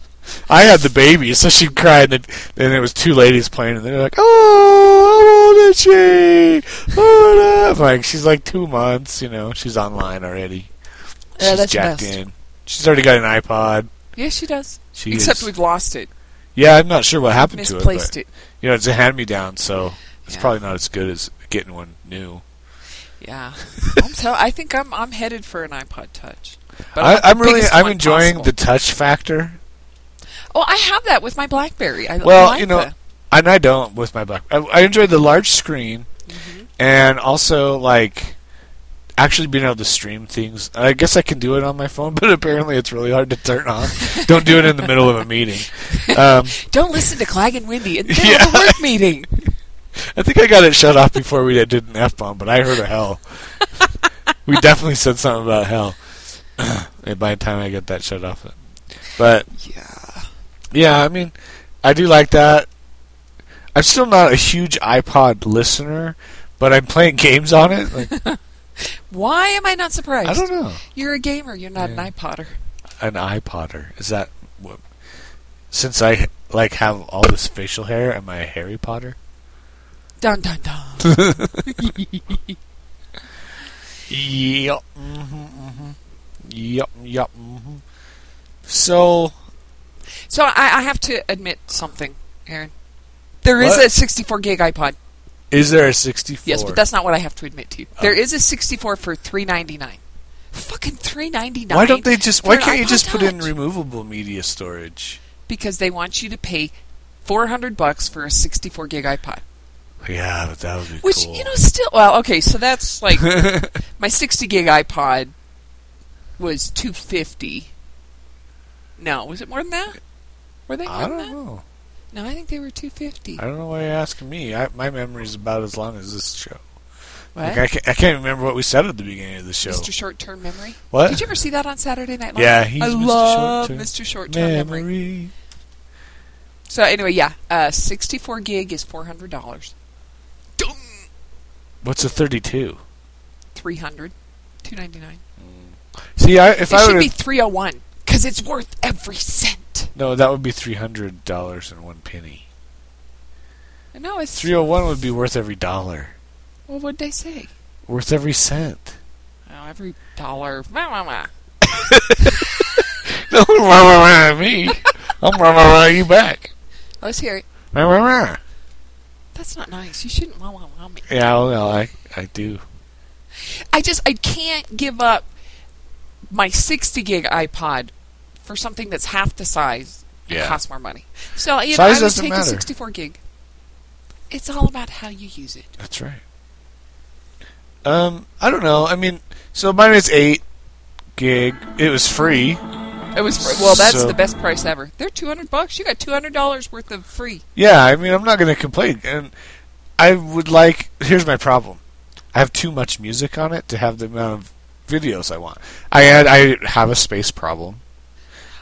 Speaker 2: I had the baby, so she cried, and then it was two ladies playing, and they're like, "Oh, how old is she? Oh, no." I'm like she's like two months, you know, she's online already.
Speaker 1: Yeah,
Speaker 2: she's
Speaker 1: that's the
Speaker 2: jacked
Speaker 1: best.
Speaker 2: in. She's already got an iPod.
Speaker 1: Yeah, she does.
Speaker 2: She
Speaker 1: Except
Speaker 2: is-
Speaker 1: we've lost it,
Speaker 2: yeah, I'm not sure what happened
Speaker 1: misplaced
Speaker 2: to it.
Speaker 1: it.
Speaker 2: But, you know, it's a hand me down, so it's
Speaker 1: Yeah.
Speaker 2: probably not as good as getting one new.
Speaker 1: Yeah. I'm tell- I think I'm I'm headed for an iPod Touch. But
Speaker 2: I,
Speaker 1: want the
Speaker 2: I'm really
Speaker 1: biggest
Speaker 2: I'm
Speaker 1: one
Speaker 2: enjoying
Speaker 1: possible.
Speaker 2: the touch factor,
Speaker 1: Oh, I have that with my BlackBerry. I
Speaker 2: Well,
Speaker 1: like
Speaker 2: you know,
Speaker 1: the-
Speaker 2: and I don't with my black. I, I enjoy the large screen,
Speaker 1: Mm-hmm.
Speaker 2: and also like actually being able to stream things. I guess I can do it on my phone, but apparently it's really hard to turn on. don't do it in the middle of a meeting. Um,
Speaker 1: don't listen to Clag and Wendy in the middle
Speaker 2: Yeah.
Speaker 1: of a work meeting.
Speaker 2: I think I got it shut off before we did an F bomb, but I heard a hell. we definitely said something about hell. and by the time I got that shut off. But
Speaker 1: Yeah.
Speaker 2: yeah, I mean, I do like that. I'm still not a huge iPod listener, but I'm playing games on it. Like,
Speaker 1: Why am I not surprised?
Speaker 2: I don't know.
Speaker 1: You're a gamer. You're not
Speaker 2: Yeah.
Speaker 1: an iPodder.
Speaker 2: An iPodder. Is that what? Since I like have all this facial hair, am I a Harry Potter?
Speaker 1: Dun dun dun.
Speaker 2: Yep. Mm-hmm, mm-hmm. Yep. Yep. Mm-hmm. So
Speaker 1: so I, I have to admit something, Aaron. There is
Speaker 2: What?
Speaker 1: a 64 gig iPod.
Speaker 2: Is there a 64?
Speaker 1: Yes, but that's not what I have to admit to you.
Speaker 2: Oh.
Speaker 1: There is a 64 for 3.99. Fucking 3.99.
Speaker 2: Why don't they just? Why
Speaker 1: for an
Speaker 2: can't you
Speaker 1: iPod
Speaker 2: just put in
Speaker 1: Touch?
Speaker 2: removable media storage?
Speaker 1: Because they want you to pay 400 bucks for a 64 gig iPod.
Speaker 2: Yeah, but that would be
Speaker 1: Which
Speaker 2: cool.
Speaker 1: you know, still well, okay. So that's like my sixty gig iPod was two fifty. No, was it more than that? Were they more
Speaker 2: I
Speaker 1: than
Speaker 2: don't
Speaker 1: that?
Speaker 2: know.
Speaker 1: No, I think they were two fifty.
Speaker 2: I don't know why you're asking me. I, my memory's about as long as this show. Like, I,
Speaker 1: What?
Speaker 2: can't, I can't remember what we said at the beginning of the show.
Speaker 1: Mr. Short Term Memory.
Speaker 2: What?
Speaker 1: Did you ever see that on Saturday Night Live?
Speaker 2: Yeah, he's
Speaker 1: I
Speaker 2: Mr.
Speaker 1: love
Speaker 2: Short-term
Speaker 1: Mr. Short Term
Speaker 2: memory.
Speaker 1: Memory. So anyway, yeah, uh, sixty four gig is four hundred dollars.
Speaker 2: What's a 32?
Speaker 1: Three hundred. Two ninety nine.
Speaker 2: See, I, if
Speaker 1: It
Speaker 2: I
Speaker 1: should
Speaker 2: would
Speaker 1: be three oh one because it's worth every cent.
Speaker 2: no, that would be three oh hundred dollars and one penny.
Speaker 1: No, it's
Speaker 2: 301 would be worth every dollar,
Speaker 1: What would they say?
Speaker 2: worth every cent.
Speaker 1: Oh, every dollar. Wah, wah, wah.
Speaker 2: No, rah, rah, rah, me. I'm rah, rah, rah, you back.
Speaker 1: Let's hear it.
Speaker 2: Rah, rah, rah.
Speaker 1: That's not nice. You shouldn't wah wah wah me.
Speaker 2: Yeah, I don't know. I, I do.
Speaker 1: I just I can't give up my 60 gig iPod for something that's half the size and
Speaker 2: Yeah.
Speaker 1: costs more money. So you know,
Speaker 2: Size
Speaker 1: I would
Speaker 2: doesn't
Speaker 1: take a
Speaker 2: matter.
Speaker 1: 64 gig. It's all about how you use it.
Speaker 2: That's right. Um, I don't know. I mean, so mine is eight gig. It was free.
Speaker 1: It was fr- well, that's
Speaker 2: So-
Speaker 1: the best price ever. They're 200 bucks. You got 200 dollars worth of free.
Speaker 2: Yeah, I mean, I'm not going to complain. And I would like. Here's my problem. I have too much music on it to have the amount of videos I want. I had, I have a space problem.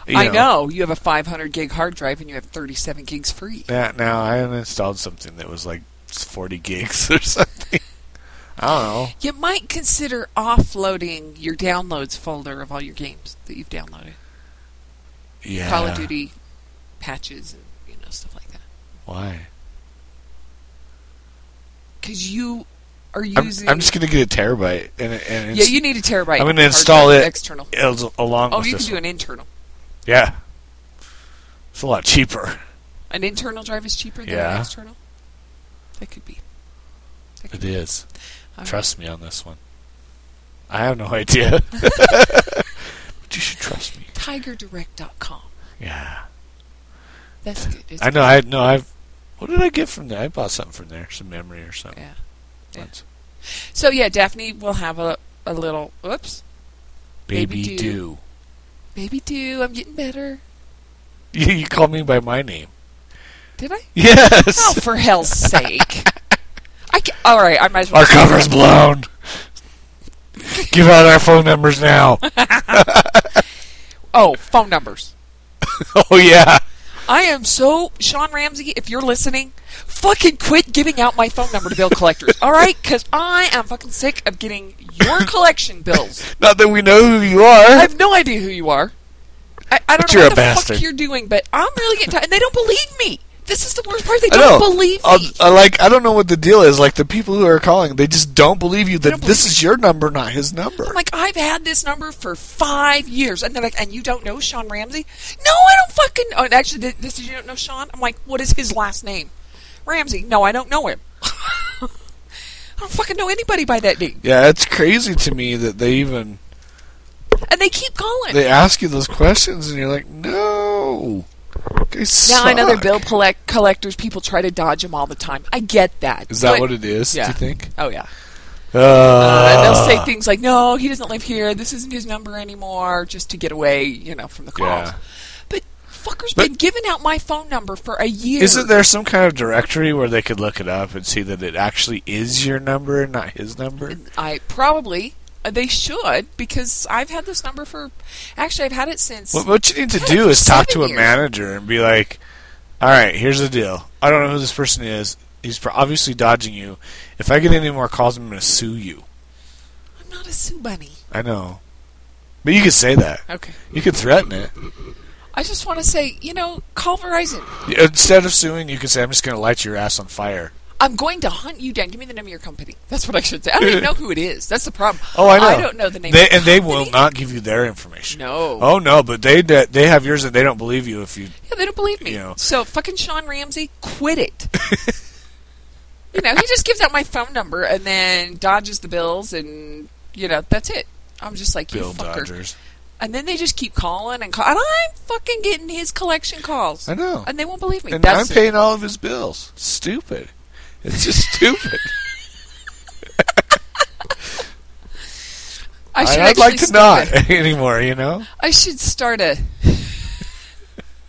Speaker 2: You
Speaker 1: I know. you have a 500 gig hard drive and you have 37 gigs free.
Speaker 2: Yeah, now I uninstalled something that was like 40 gigs or something. I don't know.
Speaker 1: You might consider offloading your downloads folder of all your games that you've downloaded.
Speaker 2: Yeah.
Speaker 1: Call of Duty patches and you know stuff like that.
Speaker 2: Why?
Speaker 1: Because you are
Speaker 2: I'm,
Speaker 1: using.
Speaker 2: I'm just gonna get a terabyte and and
Speaker 1: yeah,
Speaker 2: it's,
Speaker 1: you need a terabyte.
Speaker 2: I'm gonna
Speaker 1: hard
Speaker 2: install
Speaker 1: drive,
Speaker 2: it.
Speaker 1: external.
Speaker 2: it's along
Speaker 1: Oh,
Speaker 2: with
Speaker 1: you can
Speaker 2: this
Speaker 1: do an internal.
Speaker 2: one. Yeah, it's a lot cheaper.
Speaker 1: An internal drive is cheaper than
Speaker 2: Yeah.
Speaker 1: an external. That could be. That could
Speaker 2: It is.
Speaker 1: All
Speaker 2: Trust me on this one. I have no idea. but you should trust me.
Speaker 1: right. TigerDirect.com.
Speaker 2: Yeah.
Speaker 1: That's good. It's
Speaker 2: I know. I know. I've. What did I get from there? I bought something from there. Some memory or
Speaker 1: good.
Speaker 2: something.
Speaker 1: Yeah.
Speaker 2: Yeah.
Speaker 1: So yeah, Daphne will have a a little. Oops.
Speaker 2: Baby,
Speaker 1: Baby
Speaker 2: do.
Speaker 1: do. Baby, do I'm getting better?
Speaker 2: You, you call me by my name.
Speaker 1: Did I?
Speaker 2: Yes.
Speaker 1: Oh, for hell's sake! I ca all right. I might as well.
Speaker 2: Our cover's blown. Give out our phone numbers now.
Speaker 1: Oh, phone numbers.
Speaker 2: oh yeah.
Speaker 1: I am so Sean Ramsey. If you're listening, fucking quit giving out my phone number to bill collectors. all right, because I am fucking sick of getting your collection bills.
Speaker 2: Not that we know who you
Speaker 1: I
Speaker 2: are.
Speaker 1: have no idea who you are. I, I don't
Speaker 2: But
Speaker 1: know
Speaker 2: you're
Speaker 1: what
Speaker 2: a
Speaker 1: the
Speaker 2: bastard.
Speaker 1: fuck you're doing, but I'm really getting tired, and they don't believe me. This is the worst part. They
Speaker 2: I
Speaker 1: don't
Speaker 2: know.
Speaker 1: believe
Speaker 2: I'll-
Speaker 1: me.
Speaker 2: I like. I don't know what the deal is. Like the people who are calling, they just don't believe you that
Speaker 1: don't
Speaker 2: this
Speaker 1: believe Oh
Speaker 2: is your number, not his number.
Speaker 1: I'm like, I've had this number for five years, and they're like, and you don't know Sean Ramsey? No, I don't fucking. Oh, and actually, th- this is you don't know Sean. I'm like, what is his last name? Ramsey? No, I don't know him. I don't fucking know anybody by that name.
Speaker 2: yeah, it's crazy to me that they even
Speaker 1: And they keep calling.
Speaker 2: they ask you those questions, and you're like, no. They
Speaker 1: now
Speaker 2: suck.
Speaker 1: I know they're bill collect- collectors. People try to dodge them all the time. I get that.
Speaker 2: Is that
Speaker 1: But-
Speaker 2: what it is? Do
Speaker 1: Yeah.
Speaker 2: you think?
Speaker 1: Oh yeah.
Speaker 2: Uh,
Speaker 1: Uh, they'll say things like, "No, he doesn't live here. This isn't his number anymore," just to get away, you know, from the calls.
Speaker 2: Yeah.
Speaker 1: But fuckers
Speaker 2: But-
Speaker 1: been giving out my phone number for a year.
Speaker 2: Isn't there some kind of directory where they could look it up and see that it actually is your number and not his number?
Speaker 1: I probably uh, they should because I've had this number for actually I've had it since
Speaker 2: What, what you need to
Speaker 1: Yeah,
Speaker 2: do
Speaker 1: for
Speaker 2: is talk to a
Speaker 1: seven years.
Speaker 2: manager and be like, "All right, here's the deal. I don't know who this person is. He's pro- obviously dodging you. If I get any more calls, I'm going to sue you."
Speaker 1: I'm not a Sue Bunny.
Speaker 2: I know, but you could say that.
Speaker 1: Okay.
Speaker 2: You could threaten it
Speaker 1: I just want to say, you know, call Verizon.
Speaker 2: instead of suing. You could say, "I'm just going to light your ass on fire."
Speaker 1: I'm going to hunt you down. Give me the name of your company. That's what I should say. I don't even know who it is. That's the problem.
Speaker 2: Oh, I know.
Speaker 1: I don't know the name.
Speaker 2: They,
Speaker 1: of the
Speaker 2: and they
Speaker 1: company.
Speaker 2: will not give you their information.
Speaker 1: No.
Speaker 2: Oh no, but they they have yours and they don't believe you if you.
Speaker 1: Yeah, they don't believe me.
Speaker 2: You know.
Speaker 1: So fucking Sean Ramsey, quit it. you know, he just gives out my phone number and then dodges the bills, and you know that's it. I'm just like
Speaker 2: Bill
Speaker 1: you fucker.
Speaker 2: Dodgers.
Speaker 1: And then they just keep calling and calling. And I'm fucking getting his collection calls.
Speaker 2: I know.
Speaker 1: And they won't believe me.
Speaker 2: and
Speaker 1: That's
Speaker 2: I'm paying all of his bills. Stupid. It's just stupid.
Speaker 1: I should
Speaker 2: I, would like
Speaker 1: actually
Speaker 2: to
Speaker 1: start
Speaker 2: not anymore, you know?
Speaker 1: a- I should start a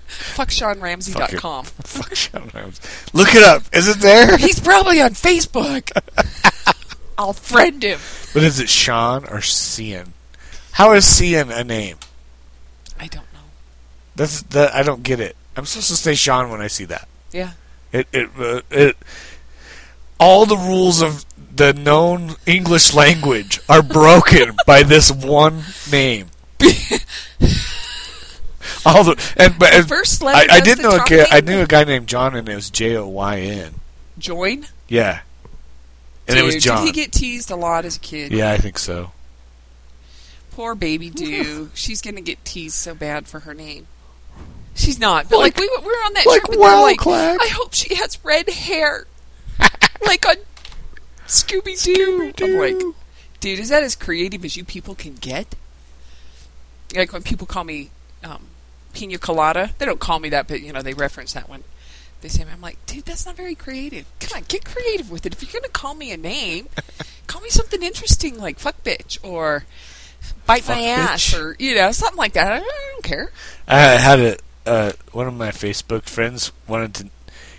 Speaker 2: Fuck it.
Speaker 1: fuckseanramsey.com.
Speaker 2: Fuck Sean Rhimes. Look it up. Is it there?
Speaker 1: He's probably on Facebook. I'll friend him.
Speaker 2: But is it Sean or Cian? How is Cian a name?
Speaker 1: I don't know.
Speaker 2: That's that I don't get it. I'm supposed to say Sean when I see that.
Speaker 1: Yeah.
Speaker 2: It it uh, it all the rules of the known English language are broken by this one name. all the and but and-
Speaker 1: First letter
Speaker 2: I, I
Speaker 1: does
Speaker 2: did
Speaker 1: the
Speaker 2: know a
Speaker 1: talking.
Speaker 2: guy, I knew a guy named John and it was J O Y N.
Speaker 1: Join.
Speaker 2: Yeah. And it was
Speaker 1: Dude,
Speaker 2: John.
Speaker 1: Did he get teased a lot as a kid?
Speaker 2: yeah, I think so.
Speaker 1: Poor baby do. She's gonna get teased so bad for her name. She's not. But like,
Speaker 2: Like-
Speaker 1: we were- we were on that
Speaker 2: like,
Speaker 1: trip and they're
Speaker 2: wow,
Speaker 1: like,
Speaker 2: Clark.
Speaker 1: I hope she has red hair, like on Scooby Doo. I'm like, dude, is that as creative as you people can get? Like when people call me um, pina colada, they don't call me that, but you know they reference that one. They say, I'm like, dude, that's not very creative. Come on, get creative with it. If you're gonna call me a name, call me something interesting like fuck bitch or bite my
Speaker 2: Fuck
Speaker 1: ass
Speaker 2: bitch.
Speaker 1: or you know something like that. I don't, I don't care.
Speaker 2: I had a uh, one of my Facebook friends wanted to.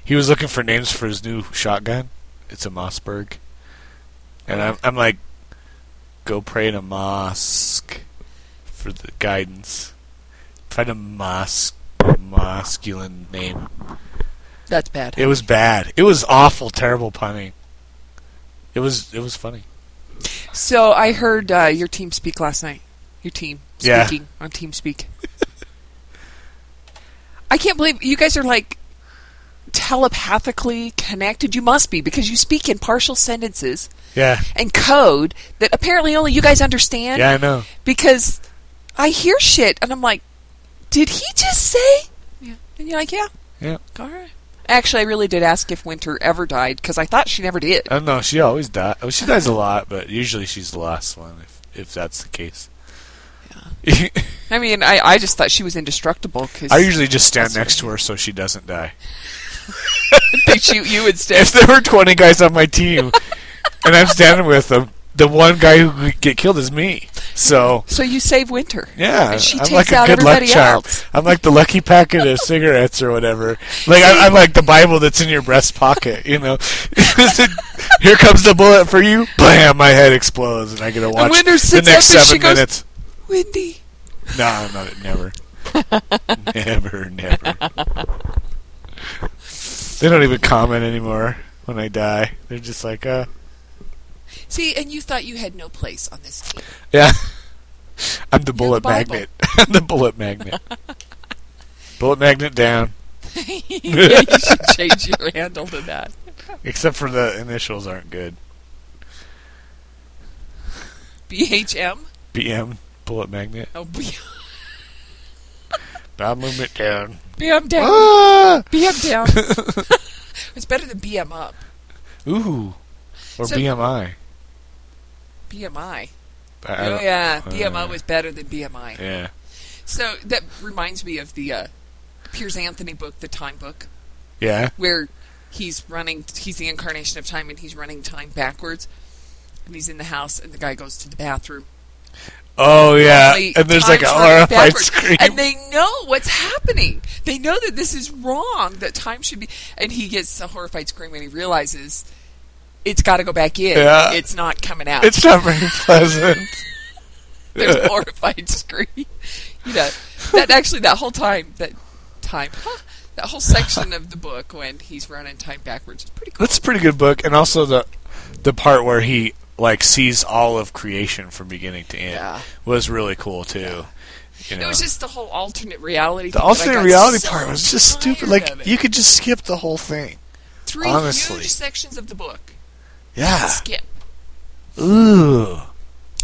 Speaker 2: He was looking for names for his new shotgun. It's a Mossberg, and I'm I'm like, go pray in a mosque for the guidance. Find a mosque, masculine name.
Speaker 1: That's bad.
Speaker 2: It was bad. It was awful, terrible punning. It was it was funny.
Speaker 1: So I heard uh, your team speak last night. Your team
Speaker 2: Yeah.
Speaker 1: speaking on Team Speak. I can't believe you guys are like telepathically connected. You must be because you speak in partial sentences
Speaker 2: Yeah,
Speaker 1: and code that apparently only you guys understand.
Speaker 2: yeah, I know.
Speaker 1: Because I hear shit and I'm like, did he just say? Yeah. And you're like, yeah.
Speaker 2: Yeah,
Speaker 1: All right. Actually, I really did ask if Winter ever died because I thought she never did.
Speaker 2: I don't know. Oh, She always dies. Well, she dies a lot, but usually she's the last one if if that's the case.
Speaker 1: I mean, I, I just thought she was indestructible because
Speaker 2: I usually just stand next to her so she doesn't die.
Speaker 1: they shoot you instead.
Speaker 2: If there were 20 guys on my team and I'm standing with them, the one guy who could get killed is me. So,
Speaker 1: So you save Winter.
Speaker 2: yeah,
Speaker 1: And she
Speaker 2: I'm like
Speaker 1: takes
Speaker 2: a
Speaker 1: out
Speaker 2: good luck
Speaker 1: everybody
Speaker 2: child.
Speaker 1: else.
Speaker 2: I'm like the lucky packet of cigarettes or whatever. Like I, I'm like the Bible that's in your breast pocket, you know. Here comes the bullet for you. Bam, my head explodes and I get to watch
Speaker 1: Winter
Speaker 2: the
Speaker 1: sits
Speaker 2: next
Speaker 1: up and she
Speaker 2: seven
Speaker 1: goes-
Speaker 2: minutes.
Speaker 1: Wendy.
Speaker 2: No, no, never. never, never. They don't even comment anymore when I die. They're just like, uh,
Speaker 1: See, and you thought you had no place on this team.
Speaker 2: yeah. I'm the bullet
Speaker 1: the Bible.
Speaker 2: magnet. I'm the bullet magnet. bullet magnet down.
Speaker 1: yeah, you should change your handle to that.
Speaker 2: Except for the initials aren't good.
Speaker 1: BHM?
Speaker 2: BM, bullet magnet.
Speaker 1: Oh, B-
Speaker 2: I'll move it down.
Speaker 1: BM down.
Speaker 2: Ah!
Speaker 1: BM down. it's better than BM up.
Speaker 2: Ooh. Or
Speaker 1: So-
Speaker 2: BMI.
Speaker 1: BMI.
Speaker 2: I- I
Speaker 1: Oh,
Speaker 2: don't-
Speaker 1: yeah.
Speaker 2: uh,
Speaker 1: BMI was better than BMI.
Speaker 2: Yeah.
Speaker 1: So that reminds me of the uh, Piers Anthony book, The Time Book.
Speaker 2: Yeah.
Speaker 1: where he's running he's the incarnation of time and he's running time backwards and he's in the house and the guy goes to the bathroom
Speaker 2: Oh, yeah.
Speaker 1: Only
Speaker 2: And there's like an
Speaker 1: time's running
Speaker 2: RFID
Speaker 1: backwards.
Speaker 2: scream.
Speaker 1: and they know what's happening they know that this is wrong that time should be and he gets a horrified scream when he realizes it's got to go back in
Speaker 2: Yeah.
Speaker 1: it's not coming out
Speaker 2: It's not very pleasant.
Speaker 1: there's a horrified scream you know that actually that whole time that time huh, that whole section of the book when he's running time backwards is pretty cool
Speaker 2: That's a pretty good book, and also the the part where he like sees all of creation from beginning to end
Speaker 1: Yeah.
Speaker 2: was really cool too. You know?
Speaker 1: It was just the whole alternate reality.
Speaker 2: the
Speaker 1: thing that I
Speaker 2: alternate
Speaker 1: got
Speaker 2: reality
Speaker 1: so
Speaker 2: part was just
Speaker 1: tired
Speaker 2: stupid. Like
Speaker 1: of it.
Speaker 2: you could just skip the whole thing.
Speaker 1: three
Speaker 2: honestly.
Speaker 1: huge sections of the book.
Speaker 2: Yeah.
Speaker 1: Skip.
Speaker 2: Ooh.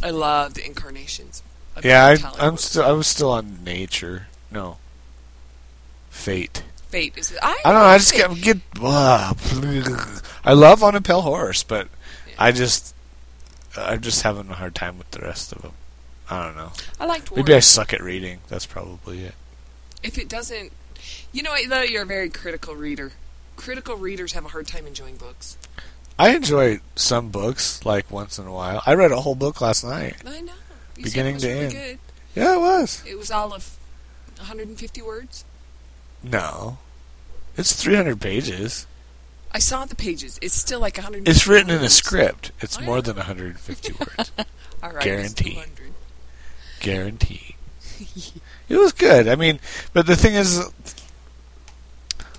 Speaker 1: I loved incarnations. of
Speaker 2: Yeah,
Speaker 1: Italian
Speaker 2: I, I'm
Speaker 1: books.
Speaker 2: still I was still on nature. No. Fate.
Speaker 1: Fate is. I,
Speaker 2: I don't know. I just
Speaker 1: Fate.
Speaker 2: get, get uh, I love on a pale horse, but I just I'm just having a hard time with the rest of them. I don't know.
Speaker 1: I liked Warren.
Speaker 2: Maybe I suck at reading. That's probably it.
Speaker 1: if it doesn't, you know, what, though you're a very critical reader. Critical readers have a hard time enjoying books.
Speaker 2: I enjoy some books like once in a while. I read a whole book last night.
Speaker 1: I know. You said it
Speaker 2: Beginning
Speaker 1: was
Speaker 2: to
Speaker 1: really
Speaker 2: end.
Speaker 1: Good.
Speaker 2: Yeah, it was.
Speaker 1: It was all of 150 words.
Speaker 2: No. It's 300 pages.
Speaker 1: I saw the pages. It's still like 150.
Speaker 2: It's written in a
Speaker 1: words.
Speaker 2: script. It's
Speaker 1: I
Speaker 2: more
Speaker 1: know.
Speaker 2: than 150 words.
Speaker 1: All right,
Speaker 2: Guaranteed.
Speaker 1: It's 200.
Speaker 2: Guarantee. It was good. I mean, but the thing is,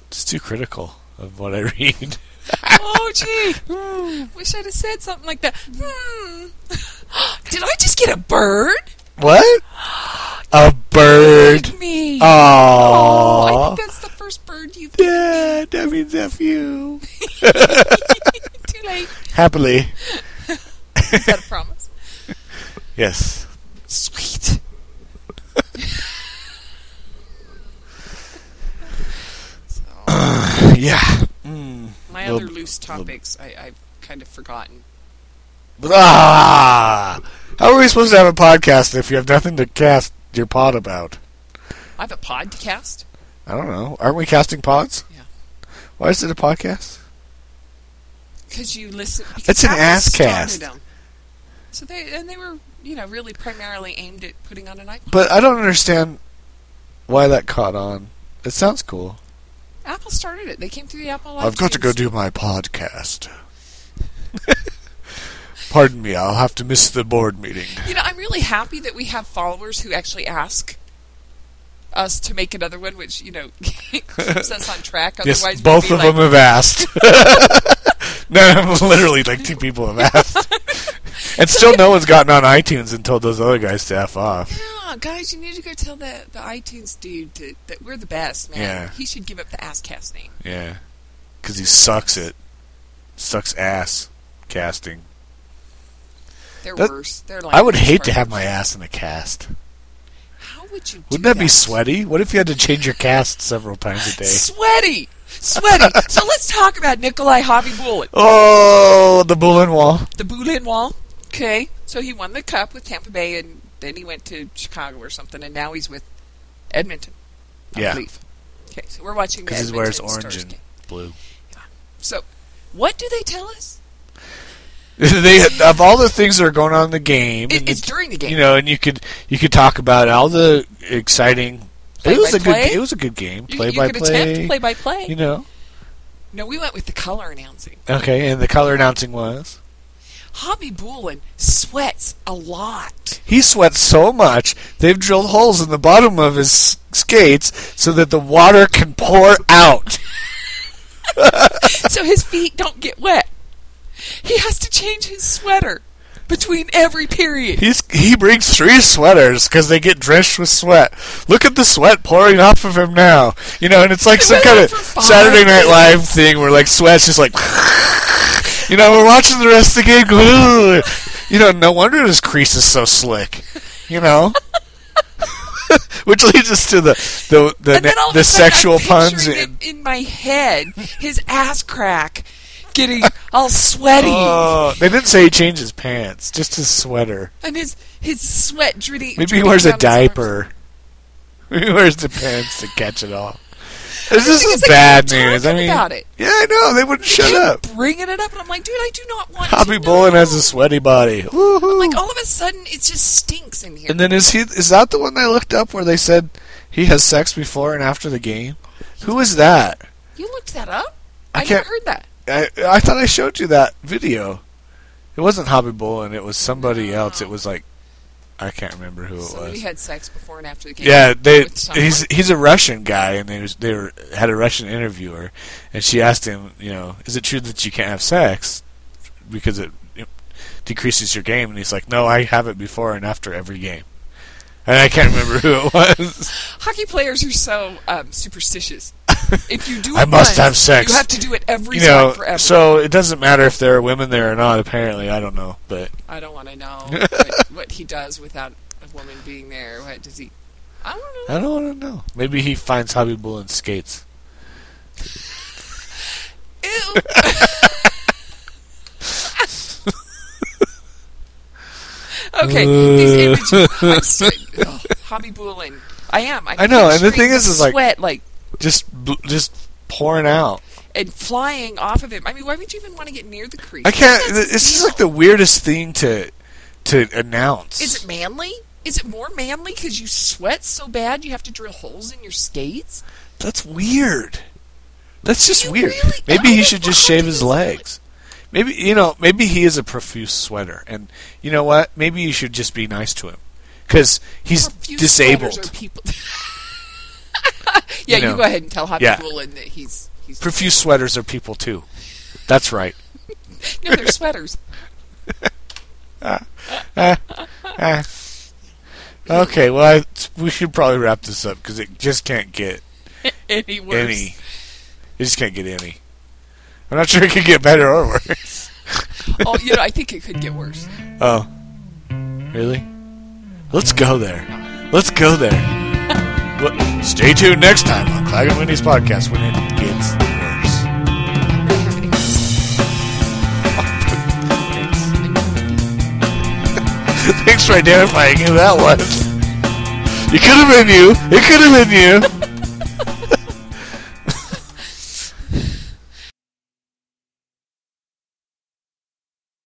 Speaker 2: it's too critical of what I read.
Speaker 1: oh, gee. Hmm. Wish I'd have said something like that. Hmm. Did I just get a bird?
Speaker 2: What? A bird.
Speaker 1: Me.
Speaker 2: Aww.
Speaker 1: Oh, I think that's the first first bird you think.
Speaker 2: Dad, that means F you.
Speaker 1: Too late.
Speaker 2: Happily.
Speaker 1: Is that a promise?
Speaker 2: Yes.
Speaker 1: Sweet. so,
Speaker 2: yeah. Mm.
Speaker 1: my
Speaker 2: Little
Speaker 1: other
Speaker 2: b-
Speaker 1: loose
Speaker 2: little-
Speaker 1: topics, I, I've kind of forgotten.
Speaker 2: Ah! How are we supposed to have a podcast if you have nothing to cast your pod about?
Speaker 1: I have a podcast.
Speaker 2: I don't know. Aren't we casting pods?
Speaker 1: Yeah.
Speaker 2: Why is it a podcast?
Speaker 1: Because you listen. Because
Speaker 2: It's an
Speaker 1: Apple
Speaker 2: ass
Speaker 1: started
Speaker 2: cast.
Speaker 1: them. So they and they were, you know, really primarily aimed at putting on an iPod.
Speaker 2: But I don't understand why that caught on. It sounds cool.
Speaker 1: Apple started it. They came through the Apple.
Speaker 2: I've got to go
Speaker 1: iTunes.
Speaker 2: do my podcast. Pardon me, I'll have to miss the board meeting.
Speaker 1: You know, I'm really happy that we have followers who actually ask us to make another one, which you know keeps us on track. Otherwise,
Speaker 2: yes,
Speaker 1: we'd
Speaker 2: both
Speaker 1: be
Speaker 2: of
Speaker 1: like,
Speaker 2: them have asked. no, literally, like two people have asked. and still no one's gotten on iTunes and told those other guys to F off.
Speaker 1: Yeah, guys, you need to go tell the the iTunes dude to, that we're the best, man.
Speaker 2: Yeah.
Speaker 1: He should give up the AskCast name.
Speaker 2: Yeah. Because he sucks it. Sucks ass casting.
Speaker 1: They're
Speaker 2: That-
Speaker 1: worse. They're like
Speaker 2: I would hate to
Speaker 1: part-
Speaker 2: have my ass in a cast.
Speaker 1: How would you? do
Speaker 2: Wouldn't that be sweaty? What if you had to change your cast several times a day?
Speaker 1: Sweaty, sweaty. so let's talk about Nikolai Hobby Bullet,
Speaker 2: Oh, the Bullen Wall.
Speaker 1: the Boulin Wall. Okay, so he won the cup with Tampa Bay, and then he went to Chicago or something, and now he's with Edmonton. I
Speaker 2: Yeah.
Speaker 1: believe. Okay, so we're watching the
Speaker 2: Because he
Speaker 1: Edmonton
Speaker 2: wears orange
Speaker 1: Stars
Speaker 2: and
Speaker 1: game.
Speaker 2: blue.
Speaker 1: So, what do they tell us?
Speaker 2: they of all the things that are going on in the game,
Speaker 1: It,
Speaker 2: and
Speaker 1: it's
Speaker 2: the-
Speaker 1: during the game.
Speaker 2: you know, and you could you could talk about all the exciting.
Speaker 1: Play
Speaker 2: it was
Speaker 1: by
Speaker 2: a
Speaker 1: play?
Speaker 2: good. It was a good game.
Speaker 1: You-
Speaker 2: Play
Speaker 1: you
Speaker 2: by
Speaker 1: could
Speaker 2: play.
Speaker 1: attempt play by play.
Speaker 2: You know.
Speaker 1: No, we went with the color announcing.
Speaker 2: Okay, and the color announcing was
Speaker 1: Hobby Bullen sweats a lot.
Speaker 2: he sweats so much they've drilled holes in the bottom of his s- skates so that the water can pour out.
Speaker 1: so his feet don't get wet. He has to change his sweater between every period.
Speaker 2: He's he brings three sweaters because they get drenched with sweat. Look at the sweat pouring off of him now. You know, and it's like some
Speaker 1: It
Speaker 2: kind of
Speaker 1: went on for five
Speaker 2: Saturday Night
Speaker 1: minutes.
Speaker 2: Live thing where like sweat's just like, you know, we're watching the rest of the game. going, "Ugh." You know, no wonder his crease is so slick. You know. Which leads us to the the the,
Speaker 1: And then all of
Speaker 2: the
Speaker 1: a sudden, I'm
Speaker 2: sexual puns
Speaker 1: picturing
Speaker 2: and
Speaker 1: it in my head. His ass crack getting all sweaty,
Speaker 2: oh, they didn't say he changed his pants, just his sweater.
Speaker 1: and his his sweat dripping.
Speaker 2: Maybe he
Speaker 1: dripping
Speaker 2: wears a
Speaker 1: down his arms.
Speaker 2: diaper. Maybe he wears the pants to catch it all. This
Speaker 1: think
Speaker 2: is
Speaker 1: it's like
Speaker 2: bad
Speaker 1: they were
Speaker 2: news. I
Speaker 1: talking
Speaker 2: mean,
Speaker 1: about it.
Speaker 2: yeah, I know they wouldn't shut up.
Speaker 1: Kept Bringing it up, and I'm like, dude, I do not want.
Speaker 2: Bobby
Speaker 1: to
Speaker 2: Bullen
Speaker 1: know.
Speaker 2: has a sweaty body. Woohoo!
Speaker 1: Like oh, all of a sudden, it just stinks in here.
Speaker 2: and then is he? Is that the one I looked up where they said he has sex before and after the game? Who is that?
Speaker 1: you looked that up?
Speaker 2: I
Speaker 1: I never
Speaker 2: can't-
Speaker 1: heard that.
Speaker 2: I I thought I showed you that video. It wasn't Hobby Bullen. It was somebody else. It was like I can't remember who it
Speaker 1: Somebody
Speaker 2: was.
Speaker 1: had sex before and after the game.
Speaker 2: Yeah, they
Speaker 1: with someone.
Speaker 2: he's he's a Russian guy, and they was, they were, had a Russian interviewer, and she asked him, you know, is it true that you can't have sex because it, it decreases your game? And he's like, no, I have it before and after every game, and I can't remember who it was.
Speaker 1: Hockey players are so um, superstitious. If you do it
Speaker 2: I must
Speaker 1: once,
Speaker 2: have sex.
Speaker 1: You have to do it every
Speaker 2: you
Speaker 1: time
Speaker 2: know,
Speaker 1: forever.
Speaker 2: so it doesn't matter if there are women there or not. Apparently, I don't know, but
Speaker 1: I don't want to know what, what he does without a woman being there. What does he? I don't know.
Speaker 2: I don't want to know. Maybe he finds Hobby Bull and skates.
Speaker 1: Ew. okay, these images. I'm so, oh, hobby bullying. I am. I'm
Speaker 2: I know, and the
Speaker 1: picturing
Speaker 2: thing is, is like-
Speaker 1: sweat like
Speaker 2: Just bl- just pouring out.
Speaker 1: and flying off of him. I mean, why would you even want to get near the crease?
Speaker 2: I can't.
Speaker 1: That's
Speaker 2: It's just
Speaker 1: evil.
Speaker 2: like the weirdest thing to to announce.
Speaker 1: Is it manly? Is it more manly because you sweat so bad you have to drill holes in your skates?
Speaker 2: That's weird. That's just
Speaker 1: You
Speaker 2: weird.
Speaker 1: really-
Speaker 2: maybe
Speaker 1: I
Speaker 2: he
Speaker 1: don't
Speaker 2: should
Speaker 1: know
Speaker 2: just
Speaker 1: how
Speaker 2: shave
Speaker 1: to
Speaker 2: his
Speaker 1: do this.
Speaker 2: legs. Maybe you know. Maybe he is a profuse sweater, and you know what? Maybe you should just be nice to him because he's
Speaker 1: Profuse
Speaker 2: disabled.
Speaker 1: sweaters are people. yeah,
Speaker 2: You
Speaker 1: you,
Speaker 2: know.
Speaker 1: go ahead and tell Hobby
Speaker 2: Yeah.
Speaker 1: Bullen that he's he's
Speaker 2: Profuse sweaters are people too. That's right.
Speaker 1: no, they're sweaters.
Speaker 2: Ah. Okay. Well, I, we should probably wrap this up because it just can't get
Speaker 1: any worse.
Speaker 2: any. You just can't get any. I'm not sure it could get better or worse.
Speaker 1: Oh, you know, I think it could get worse.
Speaker 2: Oh. Really? Let's go there. Let's go there. Well, Stay tuned next time on Clag and Winnie's podcast when it gets worse. Thanks for identifying who that was. It could have been you. It could have been you.